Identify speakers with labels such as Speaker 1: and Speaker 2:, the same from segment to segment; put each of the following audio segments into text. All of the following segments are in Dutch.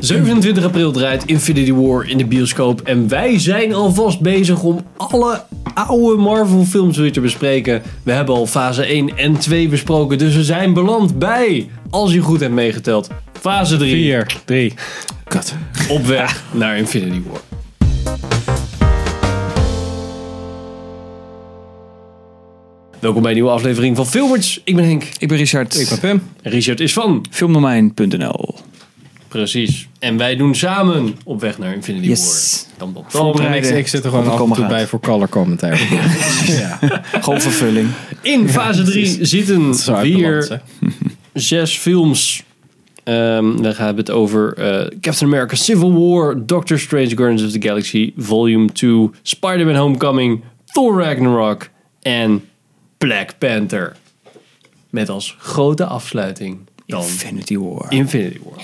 Speaker 1: 27 april draait Infinity War in de bioscoop. En wij zijn alvast bezig om alle oude Marvel films weer te bespreken. We hebben al fase 1 en 2 besproken. Dus we zijn beland bij, als je goed hebt meegeteld, fase 3.
Speaker 2: 4, 3.
Speaker 1: Kut. Op weg naar Infinity War. Welkom bij een nieuwe aflevering van Filmers. Ik ben Henk.
Speaker 3: Ik ben Richard.
Speaker 2: Ik ben Pim.
Speaker 1: Richard is van.
Speaker 3: Filmdomein.nl.
Speaker 1: Precies. En wij doen samen op weg naar Infinity
Speaker 3: Yes.
Speaker 1: War. Dan, dan, dan.
Speaker 3: Voorbereiden.
Speaker 2: Ik zit er gewoon
Speaker 3: Wat
Speaker 2: af
Speaker 3: er
Speaker 2: en
Speaker 3: komen
Speaker 2: toe
Speaker 3: gaat.
Speaker 2: bij voor color commentaar. ja.
Speaker 3: Gewoon vervulling.
Speaker 1: In fase 3 zitten
Speaker 2: Zo uit de land, hè.
Speaker 1: weer zes films. Ehm dan gaan we het over eh, Captain America Civil War, Doctor Strange Guardians of the Galaxy, Volume 2, Spider-Man Homecoming, Thor Ragnarok en Black Panther. Met als grote afsluiting dan
Speaker 3: Infinity War.
Speaker 1: Infinity War.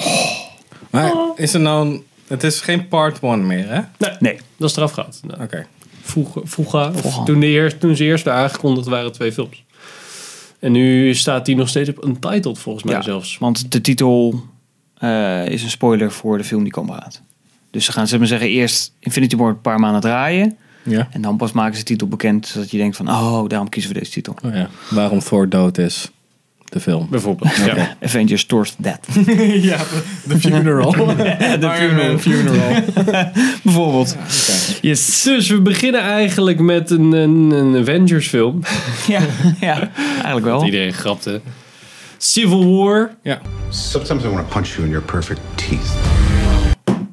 Speaker 2: Maar is er nou een... Het is geen part 1 meer, hè? Oké.
Speaker 3: Nee.
Speaker 1: Nou, Dat is eraf gehad. Nou, vroeger, vroeger, of toen, de eerst, toen ze eerst waren aangekondigd waren twee films. En nu staat die nog steeds op Untitled volgens mij
Speaker 3: Ja,
Speaker 1: zelfs.
Speaker 3: Want de titel eh, is een spoiler voor de film die komen gaat. Dus ze gaan zeg maar zeggen eerst Infinity War een paar maanden draaien.
Speaker 2: Ja.
Speaker 3: En dan pas maken ze de titel bekend. Zodat je denkt van oh daarom kiezen we deze titel.
Speaker 2: Oh, ja. Waarom Thor dood is. De film.
Speaker 1: Bijvoorbeeld. Ja.
Speaker 3: Avengers Tours That.
Speaker 2: ja, The Funeral. The Funeral. funeral.
Speaker 3: Bijvoorbeeld. Yes.
Speaker 1: Dus we beginnen eigenlijk met een, een, een Avengers film.
Speaker 3: Ja, ja, eigenlijk
Speaker 2: Oh.
Speaker 3: wel.
Speaker 1: Iedereen grapte. Civil War.
Speaker 2: ja,
Speaker 4: Sometimes I want to punch you in your perfect teeth.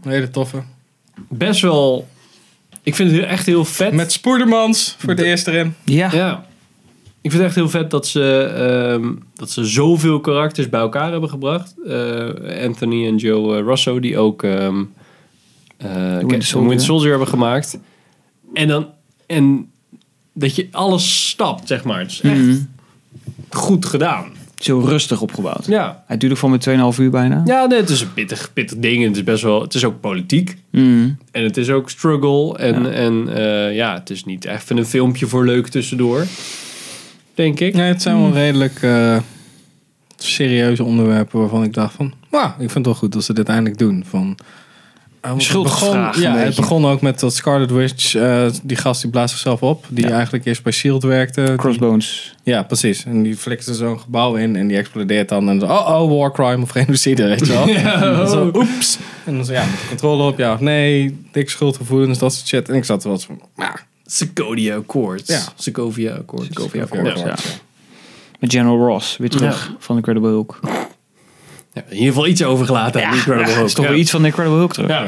Speaker 2: een hele toffe.
Speaker 1: Best wel... Ik vind het heel- echt heel vet.
Speaker 2: Met Spoedermans voor de eerste erin.
Speaker 3: Ja.
Speaker 1: Ja. Ik vind het echt heel vet dat ze, ehm, dat ze zoveel karakters bij elkaar hebben gebracht. Eh, Anthony en Joe eh, Russo, die ook ehm eh,
Speaker 3: Winter Soldier.
Speaker 1: Winter Soldier hebben gemaakt. En, dan, en dat je alles stapt, zeg maar. Het is echt
Speaker 3: Mhm.
Speaker 1: goed gedaan.
Speaker 3: Zo rustig opgebouwd.
Speaker 1: Ja.
Speaker 3: Hij duurde voor me 2,5 uur bijna.
Speaker 1: Ja, nee, het is een pittig, pittig ding. En het is best wel. Het is ook politiek.
Speaker 3: Mm.
Speaker 1: En het is ook struggle. En ja, en, eh, ja het is niet echt een filmpje voor leuk tussendoor. Denk ik.
Speaker 2: Nee, het zijn
Speaker 3: Hmm.
Speaker 2: wel redelijk eh, serieuze onderwerpen waarvan ik dacht van... Nou, ik vind het wel goed dat ze dit eindelijk doen. Van, eh, want het
Speaker 3: Schuldvraag
Speaker 2: begon,
Speaker 3: een
Speaker 2: Ja, het
Speaker 3: beetje.
Speaker 2: begon ook met dat Scarlet Witch, eh, die gast die blaast zichzelf op. Die eigenlijk eerst bij S.H.I.E.L.D. E werkte.
Speaker 3: Crossbones.
Speaker 2: Ja, precies. En die flikte zo'n gebouw in en die explodeert dan. En zo, oh, oh, warcrime of genocide, weet je wel. En dan
Speaker 1: oh.
Speaker 2: zo, oeps. En dan zo, ja, controle op, ja of nee. Dik schuldgevoelens, dat soort shit. En ik zat er wat van, maar...
Speaker 1: Secodia Accords.
Speaker 2: Ja.
Speaker 1: Sokovia Accords.
Speaker 2: Sokovia
Speaker 3: Accords, ja. Met General Ross. Weer terug van de Incredible Hulk.
Speaker 1: Ja, in ieder geval iets overgelaten aan Incredible
Speaker 3: ja,
Speaker 1: Hulk.
Speaker 3: is toch
Speaker 1: Ja.
Speaker 3: weer iets van de Incredible Hulk terug.
Speaker 1: Ja.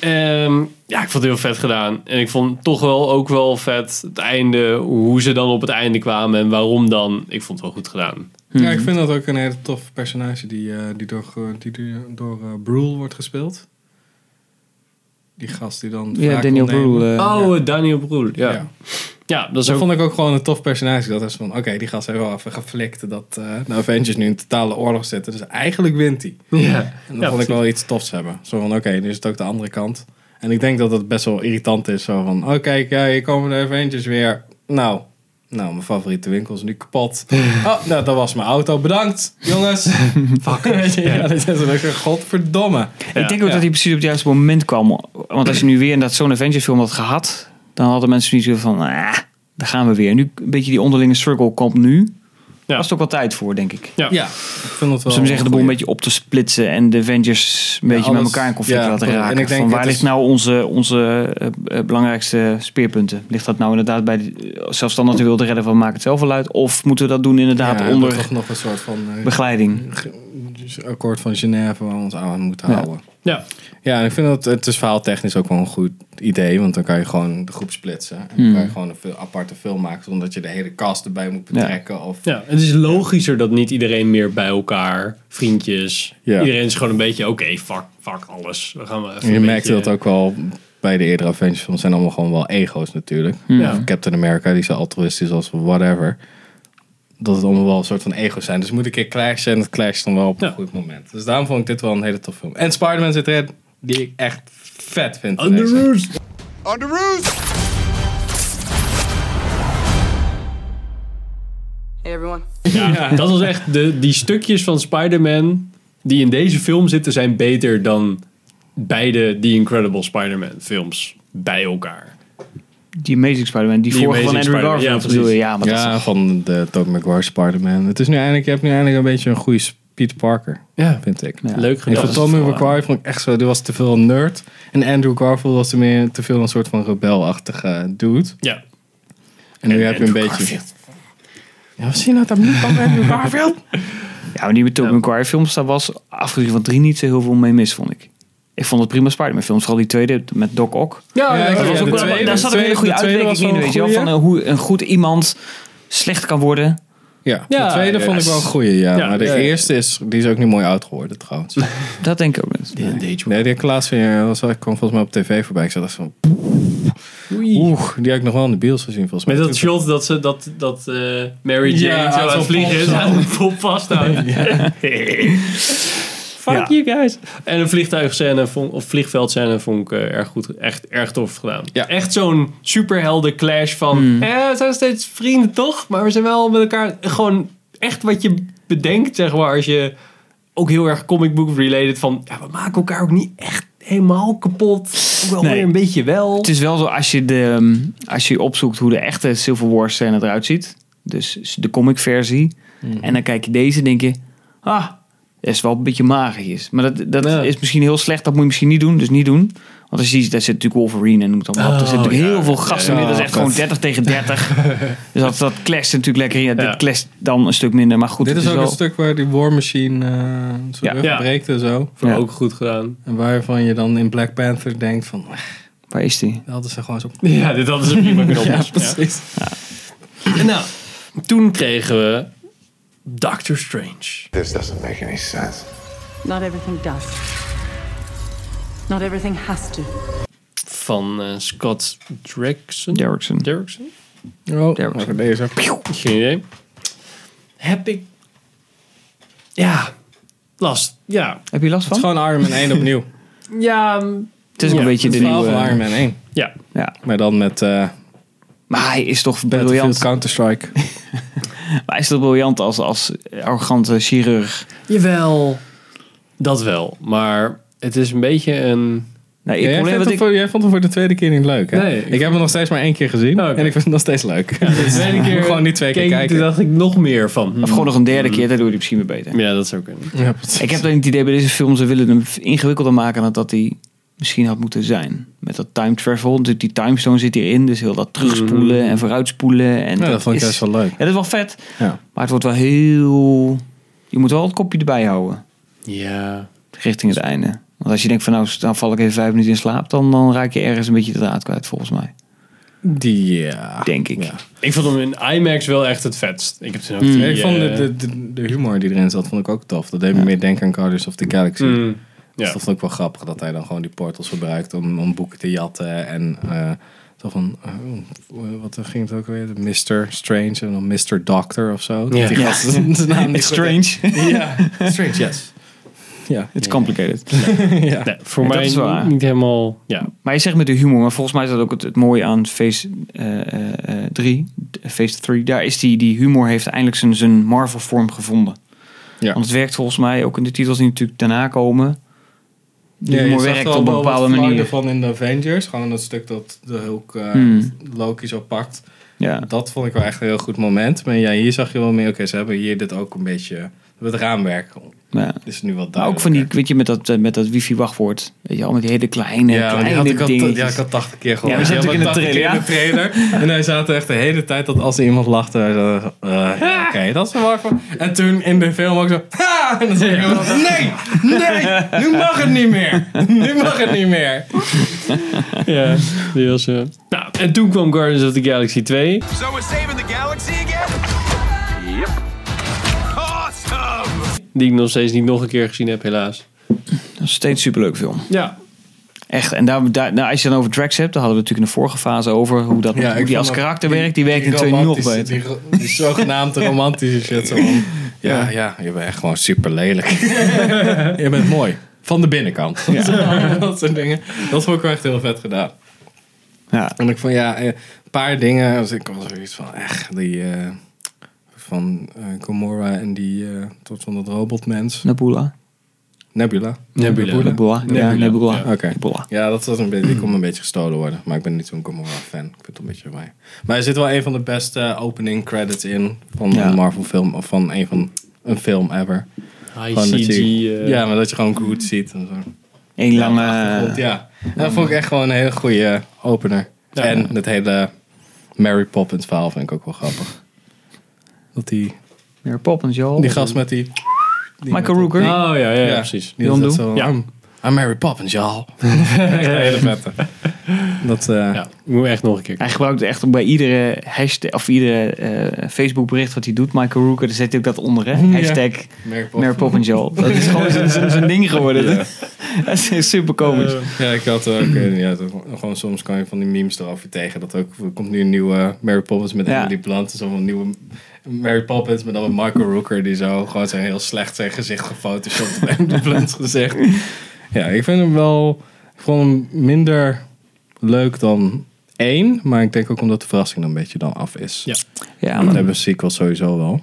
Speaker 1: Ehm, ja, ik vond het heel vet gedaan. En ik vond het toch wel ook wel vet het einde, hoe ze dan op het einde kwamen en waarom dan. Ik vond het wel goed gedaan.
Speaker 3: Mhm.
Speaker 2: Ja, ik vind dat ook een hele tof personage die, eh, die door, eh, die door- door eh, Brule wordt gespeeld. Die gast die dan.
Speaker 3: Ja,
Speaker 2: wraak
Speaker 3: Daniel
Speaker 2: wil nemen.
Speaker 3: Brühl. eh,
Speaker 1: oh, eh, Daniel Broer. Ja.
Speaker 2: Ja.
Speaker 1: Ja. dat is
Speaker 2: Dat
Speaker 1: ook...
Speaker 2: vond ik ook gewoon een tof personage. Dat is van, oké, die gast heeft wel even geflikt dat eh, de Avengers nu in totale oorlog zitten. Dus eigenlijk wint hij.
Speaker 1: Ja.
Speaker 2: En dat
Speaker 1: Ja,
Speaker 2: vond ik
Speaker 1: precies.
Speaker 2: wel iets tofs hebben. Zo van, oké, nu is het ook de andere kant. En ik denk dat dat best wel irritant is. Zo van, oh kijk, ja, hier komen de Avengers weer. Nou, nou, mijn favoriete winkel is nu kapot. Oh, nou, dat was mijn auto. Bedankt, jongens. Fuck. ja, dat is ook een godverdomme.
Speaker 3: Ik denk ook
Speaker 2: Ja.
Speaker 3: dat hij precies op het juiste moment kwam. Want als je nu weer inderdaad zo'n Avengers film had gehad, dan hadden mensen niet zo van, ah, daar gaan we weer. Nu een beetje die onderlinge struggle komt nu.
Speaker 1: Ja.
Speaker 3: Daar was het ook wel tijd voor, denk ik.
Speaker 1: Ja.
Speaker 2: Ja, ik vind dat wel...
Speaker 3: Om ze zeggen de boel een
Speaker 2: goeie.
Speaker 3: beetje op te splitsen en de Avengers een beetje met
Speaker 2: alles-
Speaker 3: elkaar in conflict
Speaker 2: ja,
Speaker 3: laten
Speaker 2: en ik
Speaker 3: raken.
Speaker 2: denk
Speaker 3: van
Speaker 2: dit
Speaker 3: waar
Speaker 2: is-
Speaker 3: ligt nou onze, onze eh, eh, belangrijkste speerpunten? Ligt dat nou inderdaad bij de, eh, zelfstandig de wilde redden van maak het zelf wel uit? Of moeten we dat doen inderdaad
Speaker 2: Ja,
Speaker 3: onder
Speaker 2: toch nog een soort van eh,
Speaker 3: begeleiding?
Speaker 2: ge- akkoord van Genève waar we ons aan moeten
Speaker 3: Ja.
Speaker 2: houden.
Speaker 1: Ja.
Speaker 2: Ja, en ik vind dat het is verhaaltechnisch ook wel een goed idee. Want dan kan je gewoon de groep splitsen. En
Speaker 1: Hmm.
Speaker 2: dan kan je gewoon een veel aparte film maken. Zonder dat je de hele cast erbij moet betrekken. Of,
Speaker 1: ja, het is logischer dat niet iedereen meer bij elkaar, vriendjes.
Speaker 2: Ja.
Speaker 1: Iedereen is gewoon een beetje, oké, fuck, fuck alles. We gaan we even
Speaker 2: En je
Speaker 1: een
Speaker 2: merkte
Speaker 1: beetje-
Speaker 2: dat ook wel bij de eerdere Avengers films. zijn allemaal gewoon wel ego's natuurlijk.
Speaker 1: Ja.
Speaker 2: Captain America, die zo altruïstisch als whatever. Dat het allemaal wel een soort van ego's zijn. Dus het moet een keer clashen. En het clasht dan wel op een
Speaker 1: Ja.
Speaker 2: goed moment. Dus daarom vond ik dit wel een hele tof film. En Spider-Man zit erin. Die ik echt vet vind. in
Speaker 1: Under
Speaker 2: deze.
Speaker 1: Roost.
Speaker 4: On the roof!
Speaker 5: Hey everyone.
Speaker 1: Ja, dat was echt de, die stukjes van Spider-Man die in deze film zitten zijn beter dan beide The Incredible Spider-Man films bij elkaar.
Speaker 3: Die Amazing Spider-Man, die
Speaker 1: Die
Speaker 3: vorige van
Speaker 1: Amazing
Speaker 3: Andrew
Speaker 1: Spider-Man,
Speaker 3: Garfield
Speaker 1: ja,
Speaker 3: bedoel je?
Speaker 1: precies.
Speaker 3: Ja, maar dat is
Speaker 2: Ja, van de Tobey Maguire Spider-Man. Het is nu eindelijk, je hebt nu eindelijk een beetje een goede Peter Parker,
Speaker 1: Ja,
Speaker 2: vind ik.
Speaker 3: Ja.
Speaker 1: leuk
Speaker 2: Ik
Speaker 1: gedaan.
Speaker 2: vond
Speaker 3: dat is
Speaker 2: Tobey
Speaker 3: het wel,
Speaker 2: Maguire vond ik echt zo, die was te veel een nerd. En Andrew Garfield was te, meer, te veel een soort van rebelachtige dude.
Speaker 1: Ja.
Speaker 2: En nu heb je een beetje... Ja, we zien dat dat niet van Andrew Garfield.
Speaker 3: Ja, maar die met Tobey Maguire films, daar was afgezien van drie niet zo heel veel mee mis, vond ik. Ik vond het prima Spider-Man films, vooral die tweede met Doc Ock.
Speaker 1: Ja,
Speaker 2: Ja,
Speaker 1: ja,
Speaker 2: dat
Speaker 3: Dat
Speaker 1: ja,
Speaker 3: was
Speaker 2: de
Speaker 3: ook wel-
Speaker 2: tweede-
Speaker 3: daar zat een hele goede
Speaker 2: de tweede
Speaker 3: uitwerking in,
Speaker 2: was wel
Speaker 3: weet je
Speaker 2: een
Speaker 3: wel, van eh, hoe een goed iemand slecht kan worden.
Speaker 2: Ja,
Speaker 1: Ja,
Speaker 2: de tweede
Speaker 1: ja,
Speaker 2: vond ik wel een goeie, ja.
Speaker 1: Ja,
Speaker 2: maar de
Speaker 1: ja, ja.
Speaker 2: eerste is, die is ook niet mooi oud geworden trouwens.
Speaker 3: Dat denk ik ook niet.
Speaker 2: Nee, die Klaas weer was wel, kwam volgens mij op tv voorbij. Ik zat echt van, oeh, die heb ik nog wel in de bios gezien volgens mij.
Speaker 1: Met dat shot dat, ze, dat, dat eh, Mary Jane
Speaker 2: Ja,
Speaker 1: zo
Speaker 2: uit
Speaker 1: aan het
Speaker 2: zo'n
Speaker 1: vliegen is.
Speaker 2: pop-
Speaker 1: Hij moet vol vasthouden. Fuck
Speaker 3: Ja.
Speaker 1: you guys. En een vliegtuigscène vond, of vliegveldscène vond ik eh, erg goed. Echt, erg tof gedaan.
Speaker 2: Ja.
Speaker 1: Echt zo'n superhelden clash van...
Speaker 3: Hmm.
Speaker 1: Eh, we zijn steeds vrienden toch? Maar we zijn wel met elkaar... Gewoon echt wat je bedenkt zeg maar. Als je ook heel erg comic book related van... Ja, we maken elkaar ook niet echt helemaal kapot. Ook wel
Speaker 3: Nee.
Speaker 1: weer een beetje wel.
Speaker 3: Het is wel zo, als je, de, ehm, als je opzoekt hoe de echte Civil War scène eruit ziet. Dus de comic versie.
Speaker 2: Mhm.
Speaker 3: En dan kijk je deze denk je... Ah, dat is wel een beetje magertjes. Maar dat, dat
Speaker 1: Ja.
Speaker 3: is misschien heel slecht. Dat moet je misschien niet doen. Dus niet doen. Want als je ziet, daar zit natuurlijk Wolverine en noem het allemaal op. Daar zitten
Speaker 1: Oh,
Speaker 3: natuurlijk
Speaker 1: ja.
Speaker 3: heel veel gasten
Speaker 2: Ja,
Speaker 3: in. Dat is echt
Speaker 2: vet.
Speaker 3: gewoon 30 tegen 30. dus dat, dat clasht natuurlijk lekker. Ja, dit
Speaker 1: Ja.
Speaker 3: clasht dan een stuk minder. Maar goed,
Speaker 2: Dit
Speaker 3: het
Speaker 2: is ook
Speaker 3: dus wel-
Speaker 2: een stuk waar die War Machine eh zo
Speaker 3: Ja.
Speaker 1: Ja.
Speaker 2: breekt en zo.
Speaker 1: Vond ik
Speaker 3: Ja.
Speaker 1: ook goed gedaan.
Speaker 2: En waarvan je dan in Black Panther denkt van,
Speaker 3: Waar is die?
Speaker 2: dat is er gewoon zo...
Speaker 1: Ja, dit hadden ze prima kunnen oplossen.
Speaker 2: precies.
Speaker 1: Ja. Nou, toen kregen we Doctor Strange.
Speaker 4: This doesn't make any sense.
Speaker 5: Not everything does. Not everything has to.
Speaker 1: Van eh, Scott Derrickson.
Speaker 3: Derrickson.
Speaker 1: Derrickson?
Speaker 2: Oh,
Speaker 3: Daar was
Speaker 2: even deze.
Speaker 1: Geen idee. Heb ik... Ja, last. Ja,
Speaker 3: Heb je last van?
Speaker 2: Het is gewoon Iron Man 1 opnieuw.
Speaker 1: ja, mm,
Speaker 3: Het is een
Speaker 1: Ja,
Speaker 3: beetje
Speaker 2: Het
Speaker 3: de
Speaker 2: verhaal
Speaker 3: nieuwe...
Speaker 2: van Iron Man 1.
Speaker 1: ja.
Speaker 3: Ja.
Speaker 2: Maar dan met eh
Speaker 3: Maar hij is toch
Speaker 2: Battlefield
Speaker 3: briljant.
Speaker 2: Counter-Strike.
Speaker 3: Maar hij is toch briljant als, als arrogante chirurg.
Speaker 1: Jawel, dat wel. Maar het is een beetje een...
Speaker 3: Nou,
Speaker 2: Ja,
Speaker 3: het
Speaker 2: jij,
Speaker 3: probleem
Speaker 2: vindt
Speaker 3: wat
Speaker 2: hem
Speaker 3: ik-
Speaker 2: voor- jij vond hem voor de tweede keer niet leuk, hè?
Speaker 1: Nee, ik
Speaker 2: ik, heb hem nog steeds maar één keer gezien.
Speaker 1: Oh, oké.
Speaker 2: En ik vind hem nog steeds leuk.
Speaker 1: De tweede keer
Speaker 2: Gewoon niet twee keer
Speaker 1: keek ik,
Speaker 2: kijken.
Speaker 1: Toen dacht ik nog meer van... hmm.
Speaker 3: Of gewoon nog een
Speaker 2: Mm.
Speaker 3: derde keer, daar doe je die misschien weer beter.
Speaker 1: Ja, dat zou kunnen.
Speaker 2: Ja, precies.
Speaker 3: Ik heb dan het idee bij deze film, ze willen hem ingewikkelder maken dan dat hij misschien had moeten zijn. Met dat time travel, natuurlijk die timestone zit hierin. Dus heel dat terugspoelen en vooruitspoelen. En
Speaker 2: Mm. Ja, dat vond ik
Speaker 3: is-
Speaker 2: juist wel leuk.
Speaker 3: Ja, dat is wel vet.
Speaker 2: Ja.
Speaker 3: Maar het wordt wel heel... Je moet wel het kopje erbij houden.
Speaker 1: Ja,
Speaker 3: Richting het einde. Want als je denkt van nou, dan val ik even vijf minuten in slaap. Dan, dan raak je ergens een beetje de draad kwijt volgens mij.
Speaker 2: Die, eh, ja.
Speaker 3: Denk ik.
Speaker 2: Ja.
Speaker 1: Ik vond hem in IMAX wel echt het vetst. Ik heb toen ook die,
Speaker 2: Ja, ik vond de,
Speaker 1: eh,
Speaker 2: de, de, de humor die erin zat, vond ik ook tof. Dat deed me meer denken aan Guardians of the Galaxy.
Speaker 1: mm,
Speaker 2: Dus
Speaker 1: ja.
Speaker 2: dat vond ik wel grappig, dat hij dan gewoon die portals gebruikt om, om boeken te jatten. En eh, zo van, oh, wat ging het ook weer? Mr. Strange en dan Mr. Doctor of zo.
Speaker 1: Ja.
Speaker 2: Dat die
Speaker 1: Ja.
Speaker 2: gast zijn naam niet
Speaker 3: It's
Speaker 2: goed-
Speaker 3: strange.
Speaker 2: Ja, Strange, yes. Ja,
Speaker 3: It's complicated.
Speaker 1: Nee, voor
Speaker 3: dat
Speaker 1: mij
Speaker 3: is waar.
Speaker 1: niet helemaal... Ja.
Speaker 3: Maar je zegt met de humor, maar volgens mij is dat ook het, het mooie aan Phase eh, 3. eh, phase 3, daar is die, die humor heeft eindelijk zijn, zijn Marvel-vorm gevonden.
Speaker 2: Ja.
Speaker 3: Want het werkt volgens mij ook in de titels die natuurlijk daarna komen. De
Speaker 2: je
Speaker 3: humor
Speaker 2: zag
Speaker 3: werkt
Speaker 2: wel
Speaker 3: op een
Speaker 2: wel wat
Speaker 3: bepaalde
Speaker 2: flarden
Speaker 3: manier.
Speaker 2: van in de Avengers, gewoon dat stuk dat de Hulk eh,
Speaker 3: Hmm.
Speaker 2: Loki zo pakt.
Speaker 3: Ja.
Speaker 2: Dat vond ik wel echt een heel goed moment. Maar ja, hier zag je wel meer, oké, ze hebben hier dit ook een beetje, het raamwerk
Speaker 3: ja.
Speaker 2: is nu wat duidelijker.
Speaker 3: Maar ook van die, weet je, met dat, eh, met dat wifi-wachtwoord. Weet je, al met die hele kleine,
Speaker 2: Ja, maar die
Speaker 3: kleine
Speaker 2: had ik al,
Speaker 3: dingetjes.
Speaker 2: ja, ik had 80 keer gehoord.
Speaker 3: Ja, we zaten
Speaker 2: Die
Speaker 3: natuurlijk
Speaker 2: had
Speaker 3: in de
Speaker 2: 80 keer in de trailer. en hij zaten echt de hele tijd dat als er iemand lachte, hij zo, eh, ja, oké, dat is wel van. En toen in de film ook zo, ha! En dan zei iemand, nee, nee, nu mag het niet meer. Nu mag het niet meer.
Speaker 1: ja, die was... eh, Nou, en toen kwam Guardians of the Galaxy 2.
Speaker 6: So we're saving the galaxy again? Yep. Awesome!
Speaker 1: Die ik nog steeds niet nog een keer gezien heb, helaas.
Speaker 3: Dat is steeds superleuk film.
Speaker 1: Ja.
Speaker 3: Echt, en daar, daar, nou, als je dan over tracks hebt, daar hadden we natuurlijk in de vorige fase over hoe, dat, hoe die als karakter werkt. Die werkt in twee nog
Speaker 2: romantische-
Speaker 3: beter.
Speaker 2: Die, ro- die zogenaamd romantische shit. Zo van, ja, ja, je bent echt gewoon super lelijk. je bent mooi. Van de binnenkant. dat soort dingen. Dat vond ik wel echt heel vet gedaan.
Speaker 3: Ja.
Speaker 2: En ik vond ja, eh, een paar dingen. als ik was zoiets van, echt, die. eh, van eh Gamora en die. eh, tot van dat robotmens.
Speaker 3: Nabula.
Speaker 2: Nebula.
Speaker 1: Nebula.
Speaker 3: Nebula. Ja,
Speaker 1: Nebula.
Speaker 3: Nebula.
Speaker 1: Ja.
Speaker 2: Oké.
Speaker 3: Nebula.
Speaker 2: Ja, dat was een beetje, die kon een beetje gestolen worden. Maar ik ben niet zo'n Gamora fan. Ik vind het een beetje mij. Maar er zit wel een van de beste eh, opening credits in van
Speaker 3: Ja.
Speaker 2: een Marvel film. Of van een van een film ever.
Speaker 1: High
Speaker 2: Gewoon dat
Speaker 1: CG.
Speaker 2: je-
Speaker 1: eh,
Speaker 2: ja, maar dat je gewoon goed ziet en zo.
Speaker 3: Eén lange... eh,
Speaker 2: Want ja, dat vond ik echt gewoon een hele goede opener.
Speaker 1: Ja.
Speaker 2: en het hele Mary Poppins verhaal vind ik ook wel grappig. Dat die,
Speaker 3: Mary Poppins, joh.
Speaker 2: die gast met die... die
Speaker 3: Michael
Speaker 2: met-
Speaker 3: Rooker.
Speaker 1: Oh ja, ja, ja, precies.
Speaker 2: Die
Speaker 3: Jan
Speaker 2: is dat zo,
Speaker 3: Doe.
Speaker 1: Ja.
Speaker 2: I'm, I'm Mary Poppins, y'all. Echt een hele vette. Dat, eh,
Speaker 1: Ja, moet echt nog een keer.
Speaker 3: Hij gebruikt echt bij iedere hashtag of iedere eh Facebook bericht wat hij doet, Michael Rooker, daar zet hij ook dat onder, hè?
Speaker 2: Ja.
Speaker 3: Hashtag
Speaker 2: Mary Poppins.
Speaker 3: Mary Poppins Joel. Dat is gewoon zo'n- zo'n zo'n ding geworden.
Speaker 2: Ja.
Speaker 3: Dat is super komisch.
Speaker 2: Ja, ik had ook. eh, ja, zo- gewoon soms kan je van die memes erover tegen. Dat ook, er komt nu een nieuwe Mary Poppins met
Speaker 3: Ja.
Speaker 2: Emily Blunt. Zo een nieuwe Mary Poppins met dan een Michael Rooker. Die zo gewoon zijn heel slecht zijn gezicht gefotoshopt op Emily Blunt gezicht. Ja, ik vind hem wel. Ik vond hem minder leuk dan één. Maar ik denk ook omdat de verrassing dan een beetje dan af is.
Speaker 1: Ja.
Speaker 3: ja,
Speaker 2: Dat
Speaker 3: maar
Speaker 2: hebben sequels sowieso wel.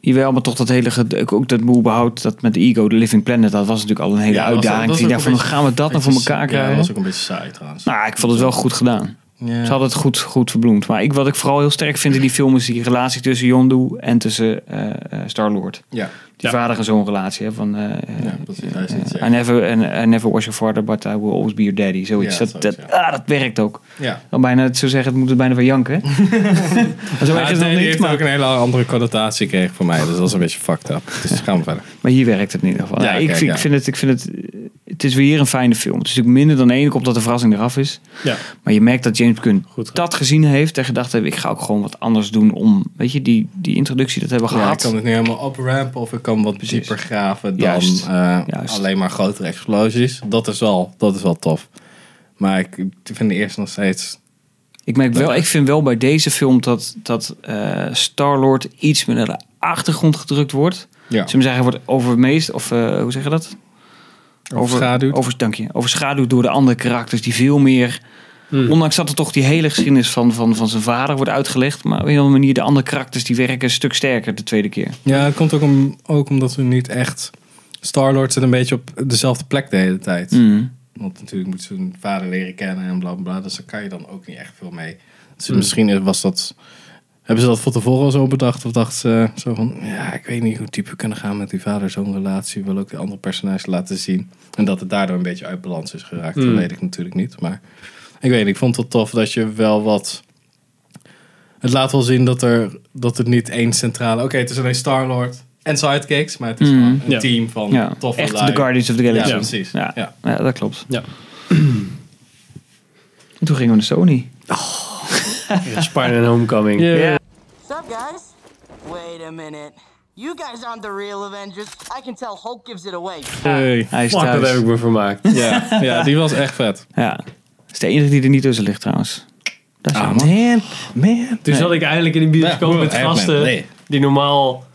Speaker 3: Jawel, maar toch dat hele ged- ook- ook dat moe behoud dat met de ego, de Living Planet, dat was natuurlijk al een hele
Speaker 2: Ja, dat was-
Speaker 3: uitdaging.
Speaker 2: dat was
Speaker 3: ik
Speaker 2: ook
Speaker 3: dacht
Speaker 2: een
Speaker 3: van, hoe
Speaker 2: beetje-
Speaker 3: gaan we dat dan voor elkaar
Speaker 2: Ja, dat
Speaker 3: krijgen?
Speaker 2: was ook een beetje saai trouwens.
Speaker 3: Nou, ik vond het wel goed gedaan.
Speaker 2: Ja.
Speaker 3: Ze hadden het goed, goed verbloemd. Maar ik, wat ik vooral heel sterk vind in die film is die relatie tussen Yondu en tussen eh Star Lord.
Speaker 2: ja.
Speaker 3: Die
Speaker 1: Ja.
Speaker 3: vader en zoon relatie. Hè, van, eh,
Speaker 2: ja, precies. Hij is niet
Speaker 3: I
Speaker 2: zeker.
Speaker 3: never, and I never was your father, but I will always be your daddy. Zoiets.
Speaker 2: Ja,
Speaker 3: dat,
Speaker 2: zoiets,
Speaker 3: dat,
Speaker 2: ja.
Speaker 3: ah, dat werkt ook.
Speaker 2: Ja.
Speaker 3: Dan bijna, het zou zeggen, het moet het bijna van janken. Maar zo
Speaker 2: Ja,
Speaker 3: werkt het
Speaker 2: nee,
Speaker 3: nog
Speaker 2: die
Speaker 3: niet,
Speaker 2: heeft
Speaker 3: maar,
Speaker 2: ook een hele andere connotatie gekregen voor mij. Dus dat is een beetje fucked up. Dus gaan we verder.
Speaker 3: maar hier werkt het in ieder geval.
Speaker 2: Ja,
Speaker 3: Ja, ik,
Speaker 2: kijk,
Speaker 3: vind-
Speaker 2: ja.
Speaker 3: ik vind het, ik vind het, eh, het is weer een fijne film. Het is natuurlijk minder dan één, omdat de verrassing eraf is.
Speaker 1: Ja.
Speaker 3: Maar je merkt dat James Gunn
Speaker 1: Goed gedaan.
Speaker 3: dat gezien heeft en gedacht heeft, ik ga ook gewoon wat anders doen om, weet je, die, die introductie, dat hebben we
Speaker 2: Ja, ik
Speaker 3: gehad.
Speaker 2: kan het nu helemaal oprampen of ik kan wat
Speaker 3: Precies.
Speaker 2: dieper graven dan
Speaker 3: Juist.
Speaker 2: eh,
Speaker 3: Juist.
Speaker 2: alleen maar grotere explosies. Dat is wel, dat is wel tof. Maar ik, ik vind de eerste nog steeds...
Speaker 3: Ik, merk wel, ik vind wel bij deze film dat, dat eh Star-Lord iets meer naar de achtergrond gedrukt wordt.
Speaker 2: Ja.
Speaker 3: Zullen we zeggen, wordt overmeest, of eh, hoe zeg je dat?
Speaker 2: Overschaduwd.
Speaker 3: Over, dank je. Overschaduwd door de andere karakters die veel meer...
Speaker 2: Hmm.
Speaker 3: Ondanks dat er toch die hele geschiedenis van, van, van zijn vader wordt uitgelegd. Maar op een of andere manier, de andere karakters die werken een stuk sterker de tweede keer.
Speaker 2: Ja, het komt ook, om, ook omdat we niet echt... Star-Lord zit een beetje op dezelfde plek de hele tijd. Want natuurlijk moet ze hun vader leren kennen en bla bla, bla. Dus daar kan je dan ook niet echt veel mee. Dus
Speaker 3: Hmm.
Speaker 2: misschien was dat. Hebben ze dat van tevoren al zo bedacht? Of dachten ze eh, zo van. Ja, ik weet niet hoe diep we kunnen gaan met die vader-zoon relatie. We willen ook die andere personages laten zien. En dat het daardoor een beetje uit balans is geraakt.
Speaker 3: Hmm.
Speaker 2: Dat weet ik natuurlijk niet. Maar ik weet niet. Ik vond het tof dat je wel wat. Het laat wel zien dat, er, dat het niet één centrale. Oké, het is alleen Star-Lord en sidekicks. Maar het is gewoon een
Speaker 1: Ja.
Speaker 2: team van
Speaker 3: Hmm. Ja,
Speaker 2: toffe
Speaker 3: echt
Speaker 2: lui.
Speaker 3: de Guardians of the Galaxy.
Speaker 2: Ja, precies.
Speaker 3: Ja,
Speaker 2: Ja.
Speaker 3: ja, dat klopt.
Speaker 1: Ja.
Speaker 3: En toen gingen we naar Sony.
Speaker 1: Spider-Man Homecoming.
Speaker 7: Sup, guys? Wait a minute. You guys aren't the real Avengers. I can tell Hulk gives it away.
Speaker 2: Hey.
Speaker 3: Hij is
Speaker 1: Fuck, dat
Speaker 3: thuis.
Speaker 1: heb ik me vermaakt.
Speaker 2: Ja, ja, die was echt vet.
Speaker 3: Ja. Dat is de enige die er niet tussen ligt trouwens. Dat is jammer.
Speaker 2: Ah, man, Dus man.
Speaker 1: Toen zat ik eindelijk in de bioscoop
Speaker 2: Ja,
Speaker 1: met
Speaker 2: Iron Man,
Speaker 1: gasten
Speaker 2: nee.
Speaker 1: die normaal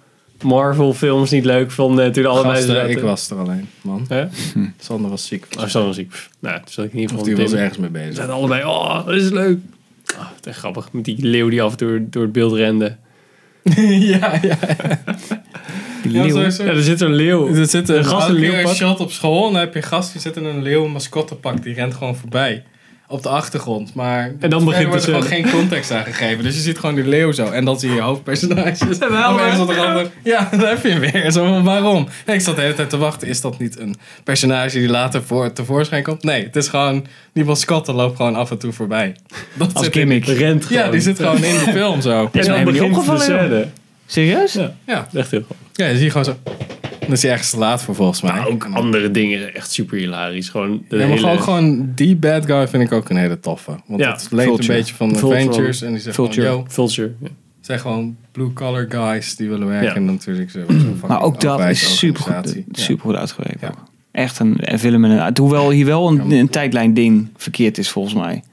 Speaker 1: Marvel films niet leuk vonden. Toen allebei
Speaker 2: Gasten,
Speaker 1: zaten.
Speaker 2: ik was er alleen, man.
Speaker 1: Hè?
Speaker 2: Sander was ziek.
Speaker 1: Oh, zo was ik. Pff, Nou, toen zat ik in ieder
Speaker 2: Of
Speaker 1: geval met
Speaker 2: die was
Speaker 1: Tim.
Speaker 2: ergens mee
Speaker 1: We
Speaker 2: bezig.
Speaker 1: zaten allebei, oh, dat is leuk. Ah, het is echt grappig, met die leeuw die af en toe door het beeld rende.
Speaker 2: ja, ja.
Speaker 3: Die
Speaker 2: ja
Speaker 3: leeuw.
Speaker 1: Ja, er zit een leeuw.
Speaker 2: Er zit een,
Speaker 1: Een gast in
Speaker 2: elke
Speaker 1: een
Speaker 2: keer een
Speaker 1: leeuwpak.
Speaker 2: shot op school en dan heb je een gast die zit in een leeuw mascottepak. Die rent gewoon voorbij. Op de achtergrond. Maar en
Speaker 1: begint
Speaker 2: er wordt
Speaker 1: de
Speaker 2: gewoon
Speaker 1: scène.
Speaker 2: geen context aan gegeven. Dus je ziet gewoon die leeuw zo. En dan zie je hoofdpersonages. En
Speaker 1: wel,
Speaker 2: opeens
Speaker 1: hè?
Speaker 2: op de rand- Ja, daar heb je hem weer. Zo van, waarom? En ik zat de hele tijd te wachten. Is dat niet een personage die later voor, tevoorschijn komt? Nee, het is gewoon... Die mascotte loopt gewoon af en toe voorbij. Dat
Speaker 3: Als
Speaker 2: zit in-
Speaker 3: gimmick.
Speaker 1: Rent gewoon.
Speaker 2: Ja, die zit gewoon in de film zo.
Speaker 1: En
Speaker 3: mij
Speaker 1: dan
Speaker 3: helemaal niet
Speaker 1: begint de
Speaker 3: opgevallen, joh.
Speaker 1: scène.
Speaker 3: Serieus?
Speaker 1: Ja.
Speaker 2: Ja,
Speaker 1: Echt heel grappig.
Speaker 2: ja dan zie je gewoon zo. Dan is hij ergens te laat voor volgens mij.
Speaker 1: Maar ook andere dingen, echt super hilarisch. Gewoon de
Speaker 2: Ja, maar
Speaker 1: hele...
Speaker 2: gewoon, gewoon die bad guy vind ik ook een hele toffe. Want
Speaker 1: Ja,
Speaker 2: dat leent
Speaker 3: Vulture.
Speaker 2: een beetje van
Speaker 1: Vulture.
Speaker 2: Avengers. En die zegt
Speaker 3: Vulture.
Speaker 2: van, yo, het
Speaker 1: Vulture. Ja.
Speaker 2: zijn gewoon blue collar guys die willen werken.
Speaker 1: Ja.
Speaker 2: En dan natuurlijk zo. zo'n
Speaker 3: Maar ook
Speaker 2: fucking
Speaker 3: dat is supergoed
Speaker 2: overheidsorganisatie. Ja.
Speaker 3: supergoed uitgewerkt.
Speaker 2: Ja.
Speaker 3: ook. Echt een, een film en een... Hoewel hier wel een, een tijdlijn ding verkeerd is volgens mij.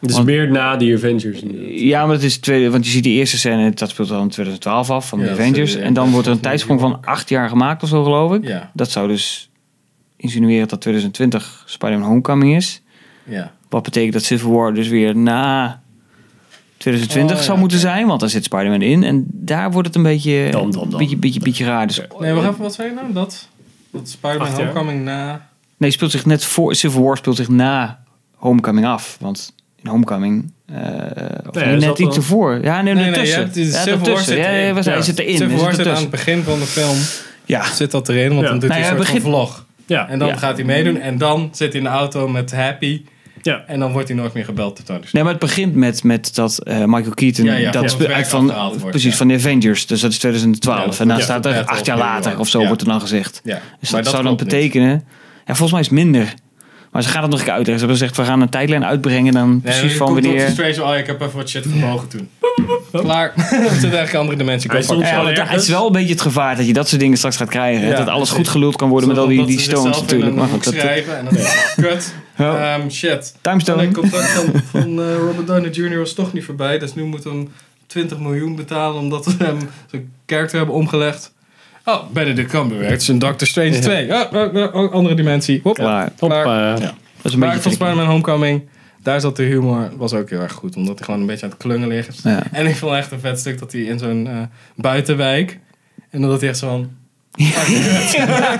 Speaker 1: Dus
Speaker 3: Want-
Speaker 1: meer na die Avengers. inderdaad.
Speaker 3: Ja, maar dat is tweede, want je ziet die eerste scène, dat speelt dan in 2012 af van
Speaker 2: Ja,
Speaker 3: de
Speaker 2: dat
Speaker 3: Avengers.
Speaker 2: is, eh,
Speaker 3: En dan
Speaker 2: best
Speaker 3: wordt er een
Speaker 2: wel
Speaker 3: tijdsprong van acht jaar gemaakt of zo geloof ik.
Speaker 2: Ja.
Speaker 3: Dat zou dus insinueren dat 2020 Spider-Man Homecoming is.
Speaker 2: Ja.
Speaker 3: Wat betekent dat Civil War dus weer na 2020
Speaker 2: Oh, ja,
Speaker 3: zou moeten
Speaker 2: oké.
Speaker 3: zijn, want daar zit Spider-Man in. En daar wordt het een beetje,
Speaker 1: Dan, dan, dan.
Speaker 3: beetje, beetje, beetje raar. Dus
Speaker 2: Nee, maar even, wat zei je nou? Dat? Want Spider-Man
Speaker 1: Oh, Acht jaar.
Speaker 2: Homecoming na...
Speaker 3: Nee, speelt zich net voor Civil War speelt zich na Homecoming af, want in Homecoming eh of
Speaker 1: Nee,
Speaker 3: nee,
Speaker 1: dat is
Speaker 3: net
Speaker 1: wel-
Speaker 3: iets ervoor. Ja, nee,
Speaker 2: Nee, nee,
Speaker 3: nee,
Speaker 2: je
Speaker 3: ertussen.
Speaker 2: hebt, de
Speaker 3: ja,
Speaker 2: Civil War
Speaker 3: ertussen.
Speaker 2: zit
Speaker 3: Ja, ja,
Speaker 2: erin.
Speaker 3: ja, hij zit erin.
Speaker 2: Civil
Speaker 3: Hij
Speaker 2: War
Speaker 3: zit
Speaker 2: zit aan het
Speaker 3: ertussen.
Speaker 2: begin van de film.
Speaker 3: Ja,
Speaker 2: Zit dat erin, want
Speaker 1: Ja.
Speaker 2: dan doet hij
Speaker 3: Nou ja,
Speaker 2: een soort van
Speaker 3: begin-
Speaker 2: vlog.
Speaker 1: Ja,
Speaker 2: En dan
Speaker 3: Ja.
Speaker 2: gaat hij meedoen. En dan zit hij in de auto met Happy.
Speaker 1: ja.
Speaker 2: En dan wordt hij nooit meer gebeld door Tony Stark.
Speaker 3: Nee, maar het begint met, met dat eh, Michael Keaton
Speaker 2: Ja, ja, van
Speaker 3: dat
Speaker 2: het
Speaker 3: spe-
Speaker 2: werk
Speaker 3: uit van,
Speaker 2: afgehaald wordt,
Speaker 3: precies,
Speaker 2: ja.
Speaker 3: van de Avengers. Dus dat is
Speaker 2: Ja,
Speaker 3: 2012.
Speaker 2: dat
Speaker 3: en dan
Speaker 2: is
Speaker 3: staat
Speaker 2: de
Speaker 3: er
Speaker 2: battle
Speaker 3: acht jaar
Speaker 2: period.
Speaker 3: later of zo
Speaker 2: Ja.
Speaker 3: wordt er dan gezegd.
Speaker 2: Ja.
Speaker 3: Dus
Speaker 2: Maar
Speaker 3: dat, zou dan
Speaker 2: klopt niet.
Speaker 3: betekenen... Ja, volgens mij is het minder. Maar ze gaan het nog een keer uitleggen. Ze hebben gezegd, we gaan een tijdlijn uitbrengen dan
Speaker 2: Nee,
Speaker 3: precies
Speaker 2: dan
Speaker 3: van
Speaker 2: komt Doctor
Speaker 3: wanneer...
Speaker 2: Strange, oh, ik heb even wat shit vermogen toen. Klaar. Het zitten eigenlijk andere dimensie.
Speaker 1: Hij stond-
Speaker 2: Koppak.
Speaker 3: Ja,
Speaker 1: Zal
Speaker 3: maar daar- het
Speaker 1: ergens-
Speaker 3: is wel een beetje het gevaar dat je dat soort dingen straks gaat krijgen. hè.
Speaker 2: Ja,
Speaker 3: dat alles goed
Speaker 2: precies.
Speaker 3: geluld kan worden met al die, die stones natuurlijk. Maar
Speaker 2: Maar
Speaker 3: goed, dat,
Speaker 2: schrijven en dan kut.
Speaker 3: Ja.
Speaker 2: Ehm, shit.
Speaker 3: Timestone.
Speaker 2: Alleen contract van, van eh, Robert Downey Jr. was toch niet voorbij. Dus nu moeten we hem 20 miljoen betalen omdat we hem zijn karakter hebben omgelegd. Oh, Benedict Cumberbatch in Doctor Strange 2. Oh, oh, oh, oh, andere dimensie. Hop.
Speaker 3: Klaar.
Speaker 2: Klaar.
Speaker 1: Hoppa.
Speaker 3: eh, dat is een
Speaker 2: Maar
Speaker 3: beetje
Speaker 2: van
Speaker 3: tricky.
Speaker 2: Spider-Man Homecoming, daar zat de humor, was ook heel erg goed. Omdat hij gewoon een beetje aan het klungen ligt.
Speaker 3: Ja.
Speaker 2: En ik vond echt een vet stuk dat hij in zo'n eh, buitenwijk... En dat hij echt zo van... En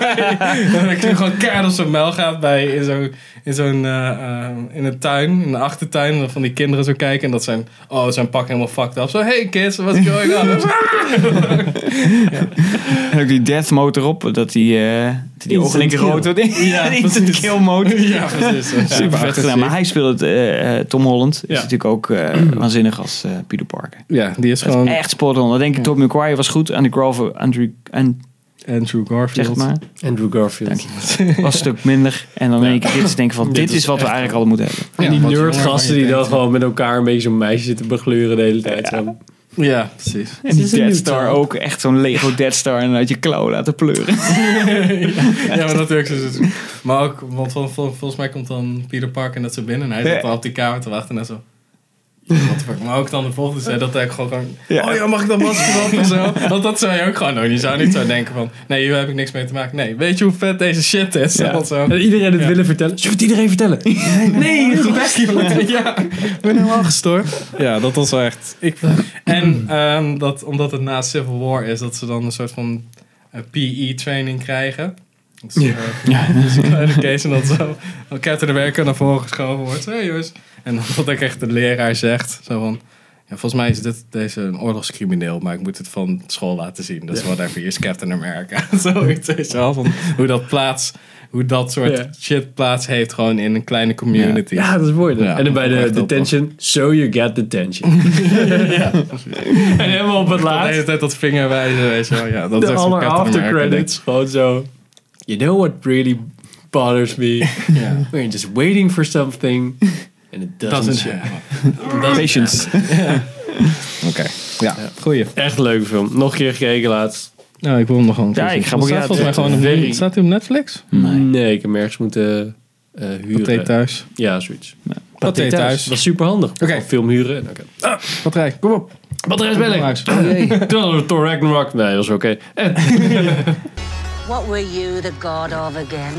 Speaker 2: dat hij gewoon keihard op zijn muil gaat bij, in zo'n, in, zo'n eh, eh, in een tuin, in de achtertuin. En dan van die kinderen zo kijken. En dat zijn, oh, zijn pak helemaal fucked up. Zo, hey kids, what's going on?
Speaker 3: En ook die death motor op, dat die, eh dat die ogen in één keer
Speaker 1: kill.
Speaker 3: rood worden.
Speaker 2: Ja,
Speaker 3: Instant
Speaker 2: precies.
Speaker 3: kill motor.
Speaker 2: ja, precies.
Speaker 3: Super vet gedaan. Maar hij speelde het, eh, eh, Tom Holland. Is
Speaker 1: Ja.
Speaker 3: natuurlijk ook eh, waanzinnig als eh, Peter Parker.
Speaker 2: Ja, die is
Speaker 3: Dat
Speaker 2: gewoon
Speaker 3: is echt spot on. Dan denk ik, Tom McGuire was goed. Andy Grover, Andrew, en,
Speaker 2: Andrew
Speaker 3: zeg
Speaker 2: Garfield.
Speaker 3: het maar,
Speaker 1: Andrew Garfield.
Speaker 3: Dank was een stuk minder. En dan denk ik, dit is denk ik van, dit, is wat we eigenlijk al moeten hebben.
Speaker 1: En die
Speaker 2: Ja, wat
Speaker 1: nerdgasten die
Speaker 2: je
Speaker 1: dan
Speaker 2: denkt.
Speaker 1: gewoon met elkaar een beetje zo'n meisje zitten begleuren de hele tijd. Zo.
Speaker 2: Ja, precies.
Speaker 3: En
Speaker 1: is een
Speaker 3: die
Speaker 1: nieuw
Speaker 3: Death Star
Speaker 1: talent.
Speaker 3: ook. Echt zo'n Lego Death Star en uit je klauw laten pleuren.
Speaker 2: Ja, maar natuurlijk is het. Maar ook, want vol- vol- volgens mij komt dan Peter Parker net zo binnen en hij zit
Speaker 3: Ja.
Speaker 2: al op die kamer te wachten en zo. What the fuck. Maar ook dan de volgende zei dat hij gewoon, gewoon oh ja, mag ik dat masker op en zo? Want dat zou je ook gewoon doen. Je zou niet zo denken van, nee, hier heb ik niks mee te maken. Nee, weet je hoe vet deze shit is?
Speaker 1: Ja.
Speaker 2: Want zo.
Speaker 1: En iedereen het willen vertellen. Zullen we het iedereen vertellen?
Speaker 2: Nee, dat is Ja, ik ben helemaal gestoord. Ja, dat was wel echt. Ik, en ehm, dat, omdat het na Civil War is, dat ze dan een soort van eh, PE-training krijgen. Dat is, ja. education dat zo een ketter de werken naar voren geschoven wordt. Hey, jongens. En dat ook echt de leraar zegt, zo van... Ja, volgens mij is dit, deze een oorlogscrimineel, maar ik moet het van school laten zien. Dus whatever, hier is Captain America. Zoiets weet je wel, van hoe dat plaats, hoe dat soort
Speaker 1: Ja.
Speaker 2: shit plaats heeft gewoon in een kleine community.
Speaker 1: Ja, dat is mooi.
Speaker 2: Ja,
Speaker 1: en dan bij
Speaker 2: dat is
Speaker 1: de
Speaker 2: echt heel
Speaker 1: detention. So you get detention. en helemaal op het
Speaker 2: De hele
Speaker 1: laatst.
Speaker 2: tijd dat vingerwijzen, weet je wel. Ja, dat is
Speaker 1: De
Speaker 2: echt zo'n
Speaker 1: aller
Speaker 2: Captain
Speaker 1: after
Speaker 2: America
Speaker 1: credits. Gewoon zo. You know what really bothers me?
Speaker 2: ding. Ja.
Speaker 1: We're just waiting for something. And it doesn't,
Speaker 2: Doesn't
Speaker 1: show.
Speaker 3: Patience.
Speaker 2: Oké, ja. Goeie.
Speaker 1: Echt een leuke film. Nog een keer gekeken laatst.
Speaker 2: Nou, ik wil hem nog gewoon
Speaker 3: Ja, ik ga hem ook-
Speaker 2: Staat
Speaker 3: ja,
Speaker 2: volgens mij gewoon op,
Speaker 1: very-
Speaker 2: staat hij op Netflix?
Speaker 1: Nee, ik heb hem ergens moeten eh,
Speaker 2: Pathé
Speaker 1: huren.
Speaker 2: thuis.
Speaker 1: Ja, zoiets.
Speaker 2: Pathé
Speaker 1: Dat
Speaker 2: thuis.
Speaker 1: was super handig.
Speaker 2: Oké.
Speaker 1: Film huren. en Oké.
Speaker 2: Patrij, kom op.
Speaker 1: Batterij
Speaker 2: Kom
Speaker 1: bellen.
Speaker 2: uit.
Speaker 3: Oh,
Speaker 1: Toen hadden we Thor Ragnarok. Nee, dat was oké. En
Speaker 8: What were you the god of again?